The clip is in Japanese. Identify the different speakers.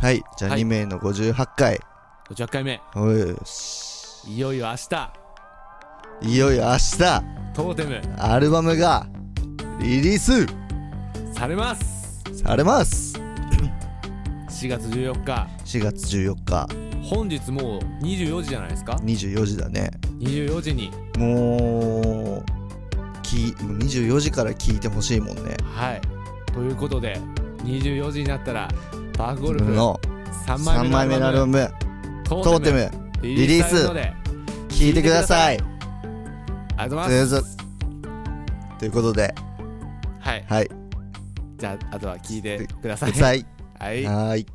Speaker 1: はい。じゃあ
Speaker 2: はい
Speaker 1: 2名の58回。
Speaker 2: 50回目
Speaker 1: おいし。
Speaker 2: いよいよ明日
Speaker 1: いよいよ明日、
Speaker 2: トーテム
Speaker 1: アルバムがリリース
Speaker 2: されます
Speaker 1: されます。
Speaker 2: 4月14日
Speaker 1: 4月14日、
Speaker 2: 本日もう24時じゃないですか
Speaker 1: 24時だね。
Speaker 2: 24時に
Speaker 1: もう、き、24時から聞いてほしいもんね。
Speaker 2: はいということで24時になったらバーゴルフ
Speaker 1: の
Speaker 2: 3
Speaker 1: 3枚
Speaker 2: 枚
Speaker 1: 目の
Speaker 2: 目の
Speaker 1: ア
Speaker 2: ア
Speaker 1: ルバ
Speaker 2: ルバム
Speaker 1: ム、
Speaker 2: ト
Speaker 1: トーテム、リリース
Speaker 2: されるので
Speaker 1: 聞いてください。
Speaker 2: ありがと
Speaker 1: とりあ
Speaker 2: うござい
Speaker 1: え
Speaker 2: ます
Speaker 1: ずということで、
Speaker 2: はい
Speaker 1: はい。
Speaker 2: じゃああとは聞いてくださ
Speaker 1: く
Speaker 2: い
Speaker 1: ださい。
Speaker 2: はい
Speaker 1: はーい。